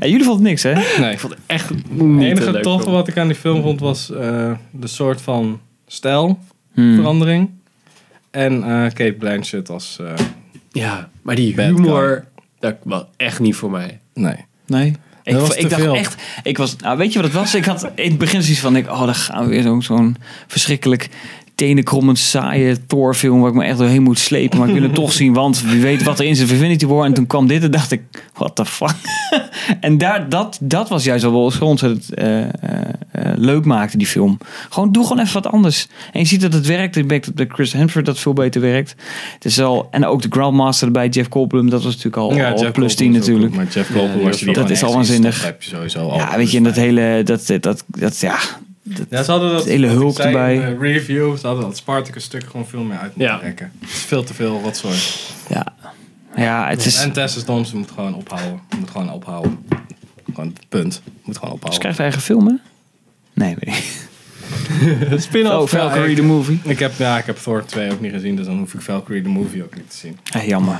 Speaker 3: Ja, jullie vonden niks, hè?
Speaker 2: Nee.
Speaker 1: echt niet
Speaker 2: Het
Speaker 3: eh,
Speaker 1: een
Speaker 2: enige
Speaker 1: leuk
Speaker 2: toffe
Speaker 1: film.
Speaker 2: wat ik aan die film vond was eh, de soort van
Speaker 3: Hmm.
Speaker 2: stijlverandering. En eh, Kate Blanchett als... eh,
Speaker 1: Ja, maar die
Speaker 2: Bad
Speaker 1: humor, dat was echt niet voor mij.
Speaker 2: nee.
Speaker 3: Nee. Ik,
Speaker 2: was
Speaker 3: vo-
Speaker 2: te
Speaker 3: ik dacht
Speaker 2: veel.
Speaker 3: echt, ik was, nou weet je wat het was? Ik had in het begin zoiets van, ik, oh, daar gaan we weer zo'n zo'n verschrikkelijk tenenkrommend saaie Thor-film waar ik me echt doorheen moet slepen. Maar ik wil hem toch zien, want wie weet wat er in zijn Infinity War. En toen kwam dit en dacht ik, what the fuck? en daar, dat, dat was juist wel wat zo ontzettend eh, eh, eh, leuk maakte, die film. Gewoon, doe gewoon even wat anders. En je ziet dat het werkt. Ik merk dat bij Chris Hemsworth dat veel beter werkt. Het is al, en ook de Grandmaster erbij, Jeff Goldblum, dat was natuurlijk al, al Oh, plus 10 natuurlijk.
Speaker 2: Maar Jeff Goldblum,
Speaker 1: die
Speaker 2: als je die
Speaker 3: was-
Speaker 2: gewoon
Speaker 3: dat is
Speaker 2: echt
Speaker 3: al
Speaker 2: ziet,
Speaker 3: waanzinnig.
Speaker 2: dan heb je sowieso al dus
Speaker 3: Ja,
Speaker 2: plus
Speaker 3: weet je, en dat
Speaker 2: vijf.
Speaker 3: hele, dat, dat, dat, ja.
Speaker 2: Ja, ze hadden dat...
Speaker 3: Het hele
Speaker 2: wat ik
Speaker 3: Hulk
Speaker 2: zei in
Speaker 3: erbij.
Speaker 2: de review, ze hadden dat Spartacus stuk gewoon veel meer uit moeten
Speaker 1: Ja.
Speaker 2: trekken. Het is veel te veel rotzooi.
Speaker 3: Ja, ja het is...
Speaker 2: En Tessa Thompson moet gewoon ophouden. Moet gewoon ophouden. Gewoon punt. Moet gewoon
Speaker 3: Ze
Speaker 2: ophouden.
Speaker 3: krijgt haar eigen film, hè? Nee, weet ik niet. Oh,
Speaker 2: Spin-off. eh,
Speaker 3: Valkyrie the Movie.
Speaker 2: Ik heb, ja, ik heb Thor 2 ook niet gezien, dus dan hoef ik Valkyrie de movie ook niet te zien.
Speaker 3: Ja, jammer.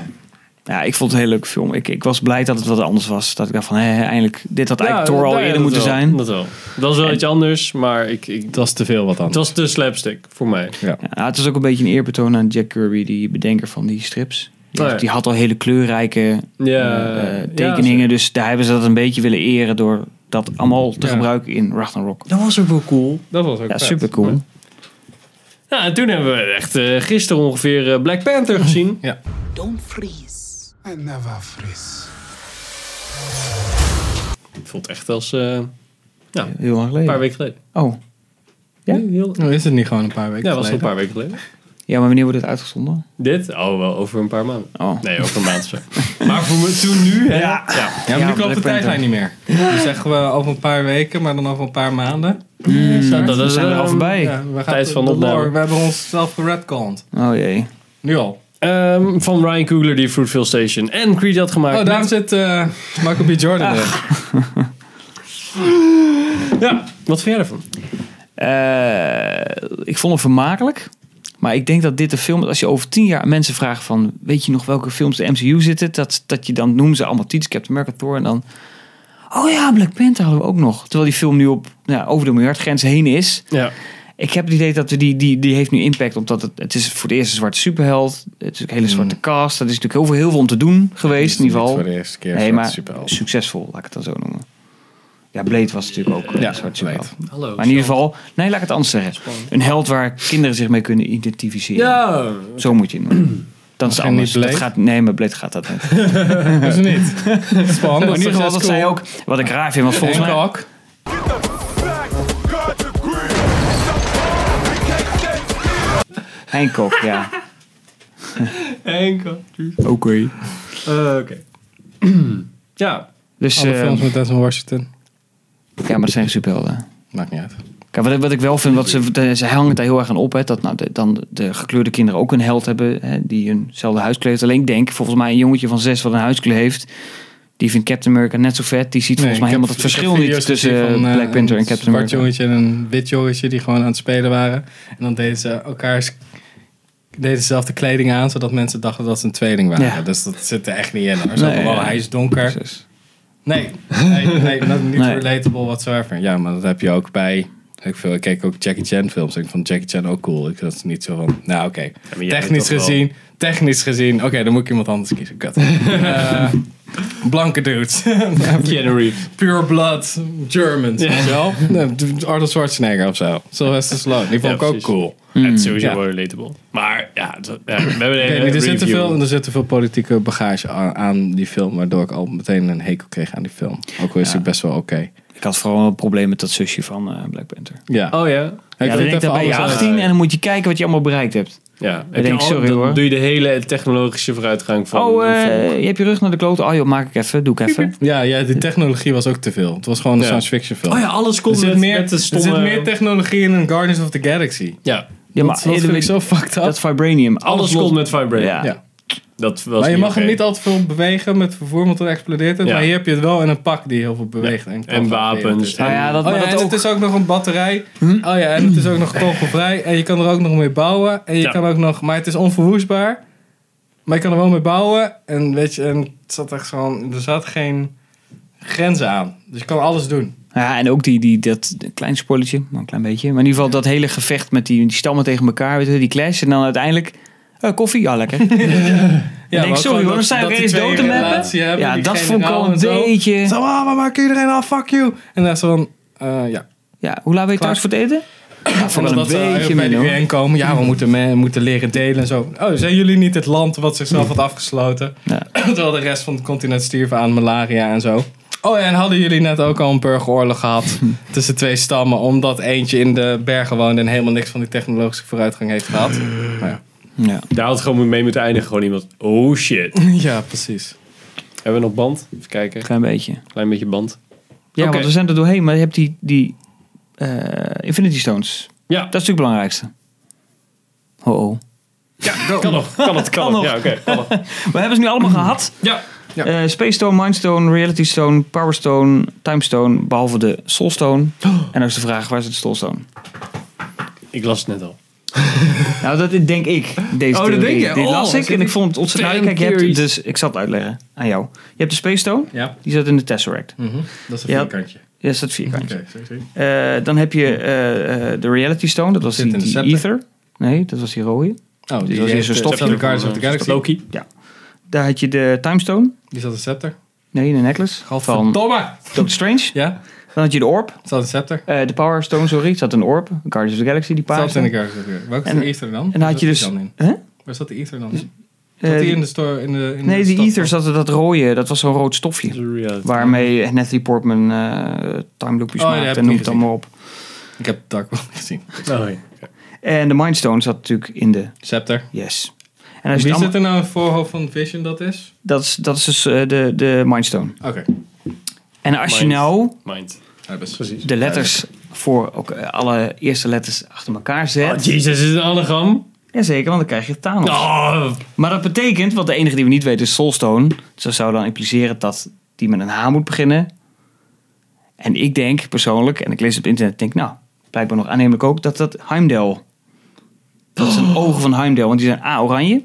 Speaker 3: Ja, ik vond het een hele leuke film. Ik, ik was blij dat het wat anders was. Dat ik dacht van, hé, eindelijk, dit had eigenlijk Thor al
Speaker 1: ja,
Speaker 3: eerder
Speaker 1: dat
Speaker 3: moeten
Speaker 1: wel,
Speaker 3: zijn.
Speaker 1: Dat wel. Dat is wel iets anders, maar ik, ik,
Speaker 2: Dat is te veel wat
Speaker 1: het was te slapstick voor mij.
Speaker 2: Ja.
Speaker 3: Ja, het was ook een beetje een eerbetoon aan Jack Kirby, die bedenker van die strips. Die,
Speaker 1: Oh ja.
Speaker 3: heeft- die had al hele kleurrijke
Speaker 1: Ja,
Speaker 3: eh,
Speaker 1: ja,
Speaker 3: tekeningen. dus daar hebben ze dat een beetje willen eren door dat allemaal te
Speaker 2: Ja.
Speaker 3: gebruiken in Ragnarok.
Speaker 1: Dat was ook wel cool.
Speaker 2: Dat was ook
Speaker 3: Ja,
Speaker 2: vet.
Speaker 3: super cool.
Speaker 1: Ja, Nou, en toen hebben we echt eh, gisteren ongeveer eh, Black Panther gezien.
Speaker 2: Ja.
Speaker 8: Don't freeze.
Speaker 4: I never freeze.
Speaker 1: Het voelt echt als eh,
Speaker 3: Heel lang
Speaker 1: een
Speaker 3: geleden.
Speaker 1: paar weken geleden.
Speaker 3: Oh, Ja?
Speaker 1: Nee, heel-
Speaker 2: Nou, is het niet gewoon een paar weken
Speaker 1: Ja, was het een
Speaker 2: geleden?
Speaker 1: paar weken geleden.
Speaker 3: ja, maar wanneer wordt het uitgezonden?
Speaker 1: Dit? Oh, wel over een paar maanden.
Speaker 3: Oh.
Speaker 1: Nee, over een maand. zo. maar voor me toen nu, hè? Ja.
Speaker 2: Ja, maar
Speaker 3: Ja,
Speaker 2: nu klopt
Speaker 3: Black
Speaker 2: de tijdlijn niet meer. Dus zeggen we over een paar weken, maar dan over een paar maanden.
Speaker 1: Mm. dat, dat
Speaker 3: We
Speaker 1: is
Speaker 3: zijn er al
Speaker 1: ehm,
Speaker 3: voorbij.
Speaker 2: Ja, we gaan
Speaker 1: tijd van
Speaker 2: de
Speaker 1: opname.
Speaker 2: lore. We hebben onszelf geredconned.
Speaker 3: Oh jee.
Speaker 2: Nu al.
Speaker 1: ehm, van Ryan Coogler, die Fruitvale Station en Creed had gemaakt.
Speaker 2: Oh, daarom zit eh, Michael B.
Speaker 3: Ah.
Speaker 2: Jordan erin.
Speaker 1: Ja, wat vind jij ervan?
Speaker 3: Eh, ik vond hem vermakelijk. Maar ik denk dat dit de film, als je over tien jaar aan mensen vraagt van, weet je nog welke films de MCU zitten? Dat, dat je dan noemen ze allemaal Teach, Captain America, Thor en dan, oh ja, Black Panther hadden we ook nog. Terwijl die film nu op, nou, over de miljardgrens heen is.
Speaker 1: Ja.
Speaker 3: Ik heb het idee dat we die, die, die heeft nu impact, omdat het, het is voor de eerste zwarte superheld. Het is ook een hele zwarte
Speaker 2: Mm.
Speaker 3: cast. Dat is natuurlijk heel veel, heel veel om te doen geweest, in ieder geval.
Speaker 2: Niet voor de eerste keer.
Speaker 3: Nee,
Speaker 2: zwarte
Speaker 3: maar
Speaker 2: superheld.
Speaker 3: succesvol, laat ik het dan zo noemen. Ja, Blade was natuurlijk ook eh,
Speaker 2: Ja,
Speaker 3: een soort
Speaker 2: Blade.
Speaker 3: superheld.
Speaker 1: Hallo.
Speaker 3: Maar in ieder geval, nee, laat ik het anders zeggen. Een held waar kinderen zich mee kunnen identificeren.
Speaker 1: Ja.
Speaker 3: Zo moet je het noemen. Dat is
Speaker 2: Misschien
Speaker 3: anders.
Speaker 2: niet
Speaker 3: Dat
Speaker 2: Blade?
Speaker 3: gaat, nee, maar Blade gaat dat niet. Maar
Speaker 2: Is het niet? Het is wel anders.
Speaker 3: in ieder geval,
Speaker 2: succesvol.
Speaker 3: dat zij ook. Wat ik raar vind, was volgens mij...
Speaker 2: Hancock.
Speaker 6: Get the fact, God to green. Stop all, we can't stand still.
Speaker 3: Hancock, ja.
Speaker 1: Enkel.
Speaker 3: Oké.
Speaker 1: Eh, Oké. ja.
Speaker 3: Dus,
Speaker 2: Alle
Speaker 3: eh,
Speaker 2: films met Denzel Washington.
Speaker 3: ja, maar dat zijn geen superhelden.
Speaker 2: Maakt niet uit.
Speaker 3: Kijk, wat, ik- wat ik wel vind, wat ze, de- ze hangen het daar heel erg aan op. Hè, dat nou de, dan de gekleurde kinderen ook een held hebben. Hè, die hunzelfde huiskleed heeft. Alleen ik denk, volgens mij een jongetje van zes wat een huiskleed heeft. Die vindt Captain America net zo vet. Die ziet
Speaker 2: Nee,
Speaker 3: volgens mij
Speaker 2: ik
Speaker 3: helemaal
Speaker 2: heb-
Speaker 3: het
Speaker 2: ik heb
Speaker 3: verschil niet
Speaker 2: video's
Speaker 3: tussen
Speaker 2: gezien van,
Speaker 3: eh,
Speaker 2: eh,
Speaker 3: Black Panther en
Speaker 2: Een
Speaker 3: Captain
Speaker 2: zwart
Speaker 3: America.
Speaker 2: jongetje en een wit jongetje die gewoon aan het spelen waren. En dan deden ze elkaars deden ze dezelfde kleding aan, zodat mensen dachten dat ze een tweeling waren.
Speaker 3: Ja.
Speaker 2: Dus dat zit er echt niet in. hoor. Zo
Speaker 3: Nee,
Speaker 2: van, oh,
Speaker 3: ja.
Speaker 2: hij is donker.
Speaker 3: Precies.
Speaker 2: Nee, nee, nee, dat- niet
Speaker 3: Nee.
Speaker 2: relatable whatsoever. Ja, maar dat heb je ook bij... Ik, veel, ik keek ook Jackie Chan films. Ik vond Jackie Chan ook cool. Ik was niet zo van, nou oké.
Speaker 1: maar jij
Speaker 2: Technisch
Speaker 1: bent toch wel-
Speaker 2: gezien, technisch gezien. Oké, dan moet ik iemand anders kiezen. Kut. Eh, blanke dudes.
Speaker 1: Keanu Reeves.
Speaker 2: Pure blood Germans. weet je wel? Nee, Arnold Schwarzenegger of zo. Sylvester Stallone. Die vond ik
Speaker 1: Ja,
Speaker 2: ook
Speaker 1: precies.
Speaker 2: cool.
Speaker 1: Het is sowieso
Speaker 2: Ja.
Speaker 1: wel relatable. Maar ja, dat- ja, we hebben een
Speaker 2: Ik weet
Speaker 1: hele
Speaker 2: niet, er, zit te
Speaker 1: Eh, review.
Speaker 2: veel, er zit te veel politieke bagage aan, aan die film, waardoor ik al meteen een hekel kreeg aan die film. Ook al is
Speaker 3: Ja.
Speaker 2: het best wel oké.
Speaker 3: Ik had vooral een probleem met dat zusje van eh, Black Panther.
Speaker 2: Ja.
Speaker 1: Oh ja?
Speaker 2: Ik
Speaker 3: ja,
Speaker 2: weet
Speaker 3: dan denk ik,
Speaker 2: even
Speaker 3: dan ben je
Speaker 2: alles uit.
Speaker 3: 18 en dan moet je kijken wat je allemaal bereikt hebt.
Speaker 1: Ja.
Speaker 3: denk ik, sorry,
Speaker 1: dan
Speaker 3: hoor.
Speaker 1: doe je de hele technologische vooruitgang van...
Speaker 3: oh, eh,
Speaker 1: van-
Speaker 3: je hebt je rug naar de kloot. Oh joh, maak ik even, doe ik even.
Speaker 2: Ja, ja, die technologie was ook te veel. Het was gewoon een
Speaker 1: Ja.
Speaker 2: science fiction film.
Speaker 1: oh ja, alles
Speaker 2: Er
Speaker 1: komt
Speaker 2: zit,
Speaker 1: met,
Speaker 2: meer,
Speaker 1: met de
Speaker 2: er
Speaker 1: stomme...
Speaker 2: zit meer technologie in een Guardians of the Galaxy.
Speaker 1: ja,
Speaker 3: Ja,
Speaker 2: dat, dat vind ik zo fucked up.
Speaker 3: Dat vibranium.
Speaker 1: alles komt met Vibrate.
Speaker 3: Ja.
Speaker 2: ja.
Speaker 1: Dat was
Speaker 2: Maar je mag
Speaker 1: hem
Speaker 2: hem niet al te veel bewegen met vervoer, want dan explodeert het.
Speaker 1: Ja.
Speaker 2: Maar hier heb je het wel in een pak die heel veel beweegt. En, kan
Speaker 1: En
Speaker 2: vervelen.
Speaker 1: wapens.
Speaker 3: Nou ja, dat,
Speaker 2: Oh
Speaker 3: maar
Speaker 2: ja,
Speaker 3: dat
Speaker 2: en
Speaker 3: ook.
Speaker 2: het is ook nog een batterij.
Speaker 1: Hm?
Speaker 2: Oh ja, en het is ook nog kogelvrij. En je kan er ook nog mee bouwen. En je
Speaker 1: Ja.
Speaker 2: kan ook nog, maar het is onverwoestbaar. Maar je kan er wel mee bouwen. En weet je, en het zat echt gewoon, er zat geen grenzen aan. Dus je kan alles doen.
Speaker 3: Ja, en ook die, die, dat een klein spoiletje, maar een klein beetje. Maar in ieder geval dat hele gevecht met die, die stammen tegen elkaar, weet je, die clash. En dan uiteindelijk, eh, koffie, ja lekker.
Speaker 2: Ja,
Speaker 3: denk,
Speaker 2: maar
Speaker 3: sorry
Speaker 2: ook
Speaker 3: hoor, dan sta je
Speaker 2: dat- dat
Speaker 3: opeens
Speaker 2: die
Speaker 3: dood
Speaker 2: twee
Speaker 3: te mappen.
Speaker 2: relatie hebben,
Speaker 3: Ja,
Speaker 2: die
Speaker 3: dat
Speaker 2: generaal
Speaker 3: vond ik al een
Speaker 2: en zo.
Speaker 3: beetje.
Speaker 2: Zo, ah, we maken iedereen af, fuck you. En dan is dan, eh, ja.
Speaker 3: Ja, hoe laat ben
Speaker 2: Klaar.
Speaker 3: je thuis voor het eten? Ja, eh,
Speaker 2: En
Speaker 3: vond ik
Speaker 2: dat
Speaker 3: wel een beetje
Speaker 2: bij de
Speaker 3: minder. hoor.
Speaker 2: UN komen. Ja, we moeten, me- moeten leren delen en zo. Oh, zijn jullie niet het land wat zichzelf had afgesloten?
Speaker 3: Ja.
Speaker 2: Terwijl de rest van het continent stierf aan malaria en zo. Oh ja, en hadden jullie net ook al een burgeroorlog gehad tussen twee stammen, omdat eentje in de bergen woonde en helemaal niks van die technologische vooruitgang heeft gehad? Maar ja.
Speaker 3: Ja.
Speaker 1: Daar had gewoon mee moeten eindigen. Gewoon iemand... Oh shit.
Speaker 2: ja, precies.
Speaker 1: Hebben we nog band? Even kijken.
Speaker 3: Klein beetje.
Speaker 1: Klein beetje band.
Speaker 3: Ja,
Speaker 1: Oké.
Speaker 3: want we zijn er doorheen, maar je hebt die, die eh, Infinity Stones.
Speaker 1: Ja.
Speaker 3: Dat is natuurlijk het belangrijkste. Ho, ho.
Speaker 1: Kan nog, kan het, kan,
Speaker 3: Kan
Speaker 1: nog.
Speaker 3: nog.
Speaker 1: Ja, oké. kan nog.
Speaker 3: We hebben ze nu allemaal gehad.
Speaker 1: Ja.
Speaker 2: Ja.
Speaker 3: Eh, Space Stone, Mind Stone, Reality Stone, Power Stone, Time Stone, behalve de Soul Stone. En dan is de vraag, waar is het Soul Stone?
Speaker 1: Ik las het net al.
Speaker 3: Nou, dat denk ik. Deze
Speaker 1: Oh, dat
Speaker 3: theorie.
Speaker 1: denk je?
Speaker 3: Dit
Speaker 1: Oh,
Speaker 3: las
Speaker 1: zit
Speaker 3: ik en
Speaker 1: die
Speaker 3: ik vond het ontzettend...
Speaker 1: fan
Speaker 3: Nou, kijk, je hebt,
Speaker 1: theories?
Speaker 3: dus, ik zal het uitleggen aan jou. Je hebt de Space Stone,
Speaker 2: Ja, Mhm,
Speaker 3: die zat in de Tesseract. Ja,
Speaker 2: dat is een
Speaker 3: Ja.
Speaker 2: vierkantje.
Speaker 3: dat is dat vierkantje.
Speaker 2: Oké, sorry, sorry.
Speaker 3: Eh, dan heb je eh, eh, de Reality Stone, dat was
Speaker 2: Zit
Speaker 3: die,
Speaker 2: in de
Speaker 3: die
Speaker 2: scepter.
Speaker 3: Ether. Nee, dat was die
Speaker 2: Oh,
Speaker 3: rode. die
Speaker 2: heeft,
Speaker 3: is een
Speaker 2: eh,
Speaker 3: stofje
Speaker 2: Guardians of the Galaxy.
Speaker 1: Loki.
Speaker 3: Ja. Daar had je de Timestone.
Speaker 2: Die zat een scepter.
Speaker 3: Nee, de necklace. Van
Speaker 2: Godverdomme!
Speaker 3: Doctor Strange.
Speaker 2: Ja,
Speaker 3: Dan had je de orb.
Speaker 2: zat een scepter.
Speaker 3: Eh, de Power Stone, sorry. Zat een orb. Guardians of the Galaxy, die paarse.
Speaker 2: Zat in de Guardians of the Galaxy. Welke is
Speaker 3: En-
Speaker 2: de ether dan?
Speaker 3: En dan had je
Speaker 2: Waar
Speaker 3: dus...
Speaker 2: zat die dan in?
Speaker 3: Hè?
Speaker 2: Waar zat de ether dan in?
Speaker 3: Eh,
Speaker 2: Zat die in de store? In de, in
Speaker 3: nee,
Speaker 2: de
Speaker 3: die
Speaker 2: stad?
Speaker 3: ether zat er dat rode. Dat was zo'n rood stofje. Waarmee Natalie Portman eh time loops
Speaker 2: Oh, ja, heb
Speaker 3: maakt
Speaker 2: ik
Speaker 3: en noem
Speaker 2: niet
Speaker 3: het allemaal op.
Speaker 2: Ik heb Dark World gezien.
Speaker 1: Oh,
Speaker 3: En de Mindstone zat natuurlijk in de...
Speaker 2: Scepter.
Speaker 3: Yes. En als je
Speaker 2: Wie
Speaker 3: het
Speaker 2: zit
Speaker 3: allemaal-
Speaker 2: er nou in het voorhoofd van Vision dat is?
Speaker 3: dat, is, dat is dus eh, de, de Mindstone.
Speaker 2: Oké.
Speaker 3: En als je
Speaker 1: Mind.
Speaker 3: nou
Speaker 1: Mind.
Speaker 2: Precies.
Speaker 3: de letters voor ook eh, alle eerste letters achter elkaar zet...
Speaker 1: Oh, Jezus is het een anagram.
Speaker 3: Jazeker, want dan krijg je Thanos.
Speaker 1: Oh,
Speaker 3: Maar dat betekent, want de enige die we niet weten is Soulstone. Dus dat zou dan impliceren dat die met een H moet beginnen. En ik denk persoonlijk, en ik lees het op internet, denk nou, blijkbaar nog aannemelijk ook, dat dat Heimdall. Dat
Speaker 2: Oh.
Speaker 3: zijn ogen van Heimdall, want die zijn A, oranje.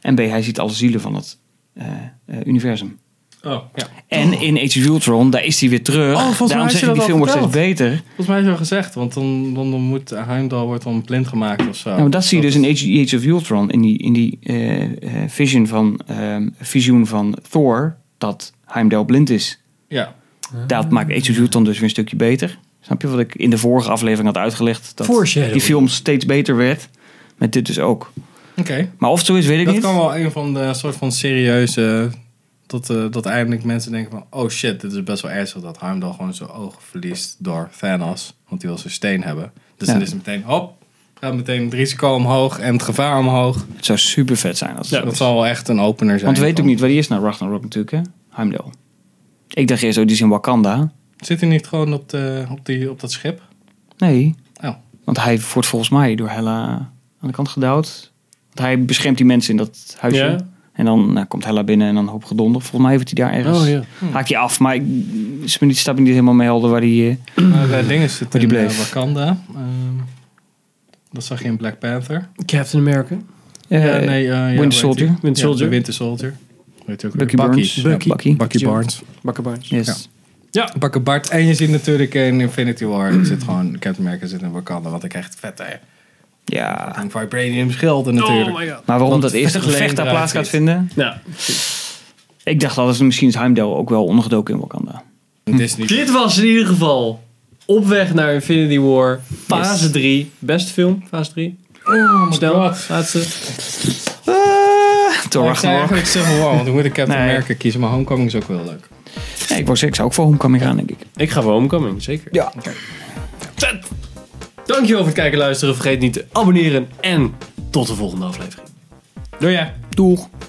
Speaker 3: En B, hij ziet alle zielen van het eh, eh, universum.
Speaker 2: Oh, ja.
Speaker 3: En in Age of Ultron, daar is hij weer terug.
Speaker 2: volgens mij
Speaker 3: Daarom
Speaker 2: had je
Speaker 3: zeg ik, die
Speaker 2: dat
Speaker 3: film
Speaker 2: al
Speaker 3: wordt steeds beter.
Speaker 2: Volgens mij is al gezegd, want dan, dan, dan moet Heimdall wordt dan blind gemaakt of zo.
Speaker 3: Nou, dat zie je dus in Age, Age of Ultron, in die, in die eh, eh, vision, van, ehm, visioen van Thor, dat Heimdall blind is.
Speaker 2: Ja.
Speaker 3: Dat maakt Age of Ultron dus weer een stukje beter. Snap je wat ik in de vorige aflevering had uitgelegd? Dat
Speaker 1: Foreshadowing.
Speaker 3: die film steeds beter werd. Met dit dus ook.
Speaker 2: Oké.
Speaker 3: Maar of het zo is, weet ik
Speaker 2: Dat
Speaker 3: niet.
Speaker 2: kan wel een van de soort van serieuze... Dat, eh, dat eindelijk mensen denken van... Oh shit, dit is best wel ernstig dat Heimdall gewoon zijn ogen verliest door Thanos. Want die wil zijn steen hebben. Dus
Speaker 3: Ja.
Speaker 2: dan is het meteen... Hop, gaat meteen het risico omhoog en het gevaar omhoog.
Speaker 3: Het zou super vet zijn. Als het zo
Speaker 2: dat
Speaker 3: is.
Speaker 2: zal wel echt een opener zijn.
Speaker 3: Want we weten
Speaker 2: van-
Speaker 3: ook niet waar die is naar Ragnarok natuurlijk, hè? Heimdall. Ik dacht eerst, oh, die is in Wakanda.
Speaker 2: Zit hij niet gewoon op, de, op, die, op dat schip?
Speaker 3: Nee,
Speaker 2: Oh,
Speaker 3: want hij wordt volgens mij door Hella aan de kant gedouwd. Want hij beschermt die mensen in dat huisje.
Speaker 1: Ja.
Speaker 3: En dan nou, komt Hella binnen en dan een hoop gedonder. Volgens mij heeft hij daar ergens...
Speaker 1: Oh, ja.
Speaker 3: Haak je af, maar ik is me niet, stap me niet helemaal mee helder waar die... eh,
Speaker 2: maar eh, dingen zitten
Speaker 3: Oh, die
Speaker 2: in eh,
Speaker 3: bleef.
Speaker 2: Wakanda. Ehm, dat zag je in Black Panther.
Speaker 1: Captain America.
Speaker 2: Ja,
Speaker 3: eh,
Speaker 2: nee, eh, ja,
Speaker 3: Winter
Speaker 2: hoe heet
Speaker 3: Soldier.
Speaker 2: die?
Speaker 1: Winter
Speaker 2: Ja,
Speaker 1: Soldier.
Speaker 2: de Winter Soldier. Weet je ook weer?
Speaker 3: Bucky Barnes.
Speaker 2: Ja,
Speaker 1: Bucky.
Speaker 2: Bucky.
Speaker 1: Bucky
Speaker 2: Barnes.
Speaker 1: Bakkerbaars.
Speaker 3: Yes.
Speaker 1: Ja.
Speaker 2: Bucky Bart. En je ziet natuurlijk in Infinity War zit gewoon Captain America zit in Wakanda, want ik echt vet hè.
Speaker 3: Ja.
Speaker 2: Aan vibranium schilden natuurlijk.
Speaker 1: Oh my god.
Speaker 3: Maar waarom
Speaker 2: Want
Speaker 3: dat eerste
Speaker 2: het verleent
Speaker 3: gevecht daar
Speaker 2: eruit
Speaker 3: plaats gaat
Speaker 2: ziet.
Speaker 3: vinden?
Speaker 1: Nou,
Speaker 3: Ik dacht dat is misschien is Heimdall ook wel ondergedoken in Wakanda.
Speaker 2: Het is niet.
Speaker 1: dit was in ieder geval Op weg naar Infinity War, fase
Speaker 3: Yes.
Speaker 1: 3. Beste film, fase 3. Snel, laatste.
Speaker 3: Thor
Speaker 2: Ik zei
Speaker 3: Ragnarok.
Speaker 2: eigenlijk Civil War, want ik moet ik Captain
Speaker 3: Nee.
Speaker 2: America kiezen, maar Homecoming is ook wel leuk.
Speaker 3: Nee, ik, wou zeggen, ik zou ook voor Homecoming gaan, denk ik.
Speaker 1: Ik ga voor Homecoming, zeker.
Speaker 3: Ja.
Speaker 1: Vet. Dankjewel voor het kijken en luisteren. Vergeet niet te abonneren. En tot de volgende aflevering.
Speaker 2: Doe jij?
Speaker 3: Doeg.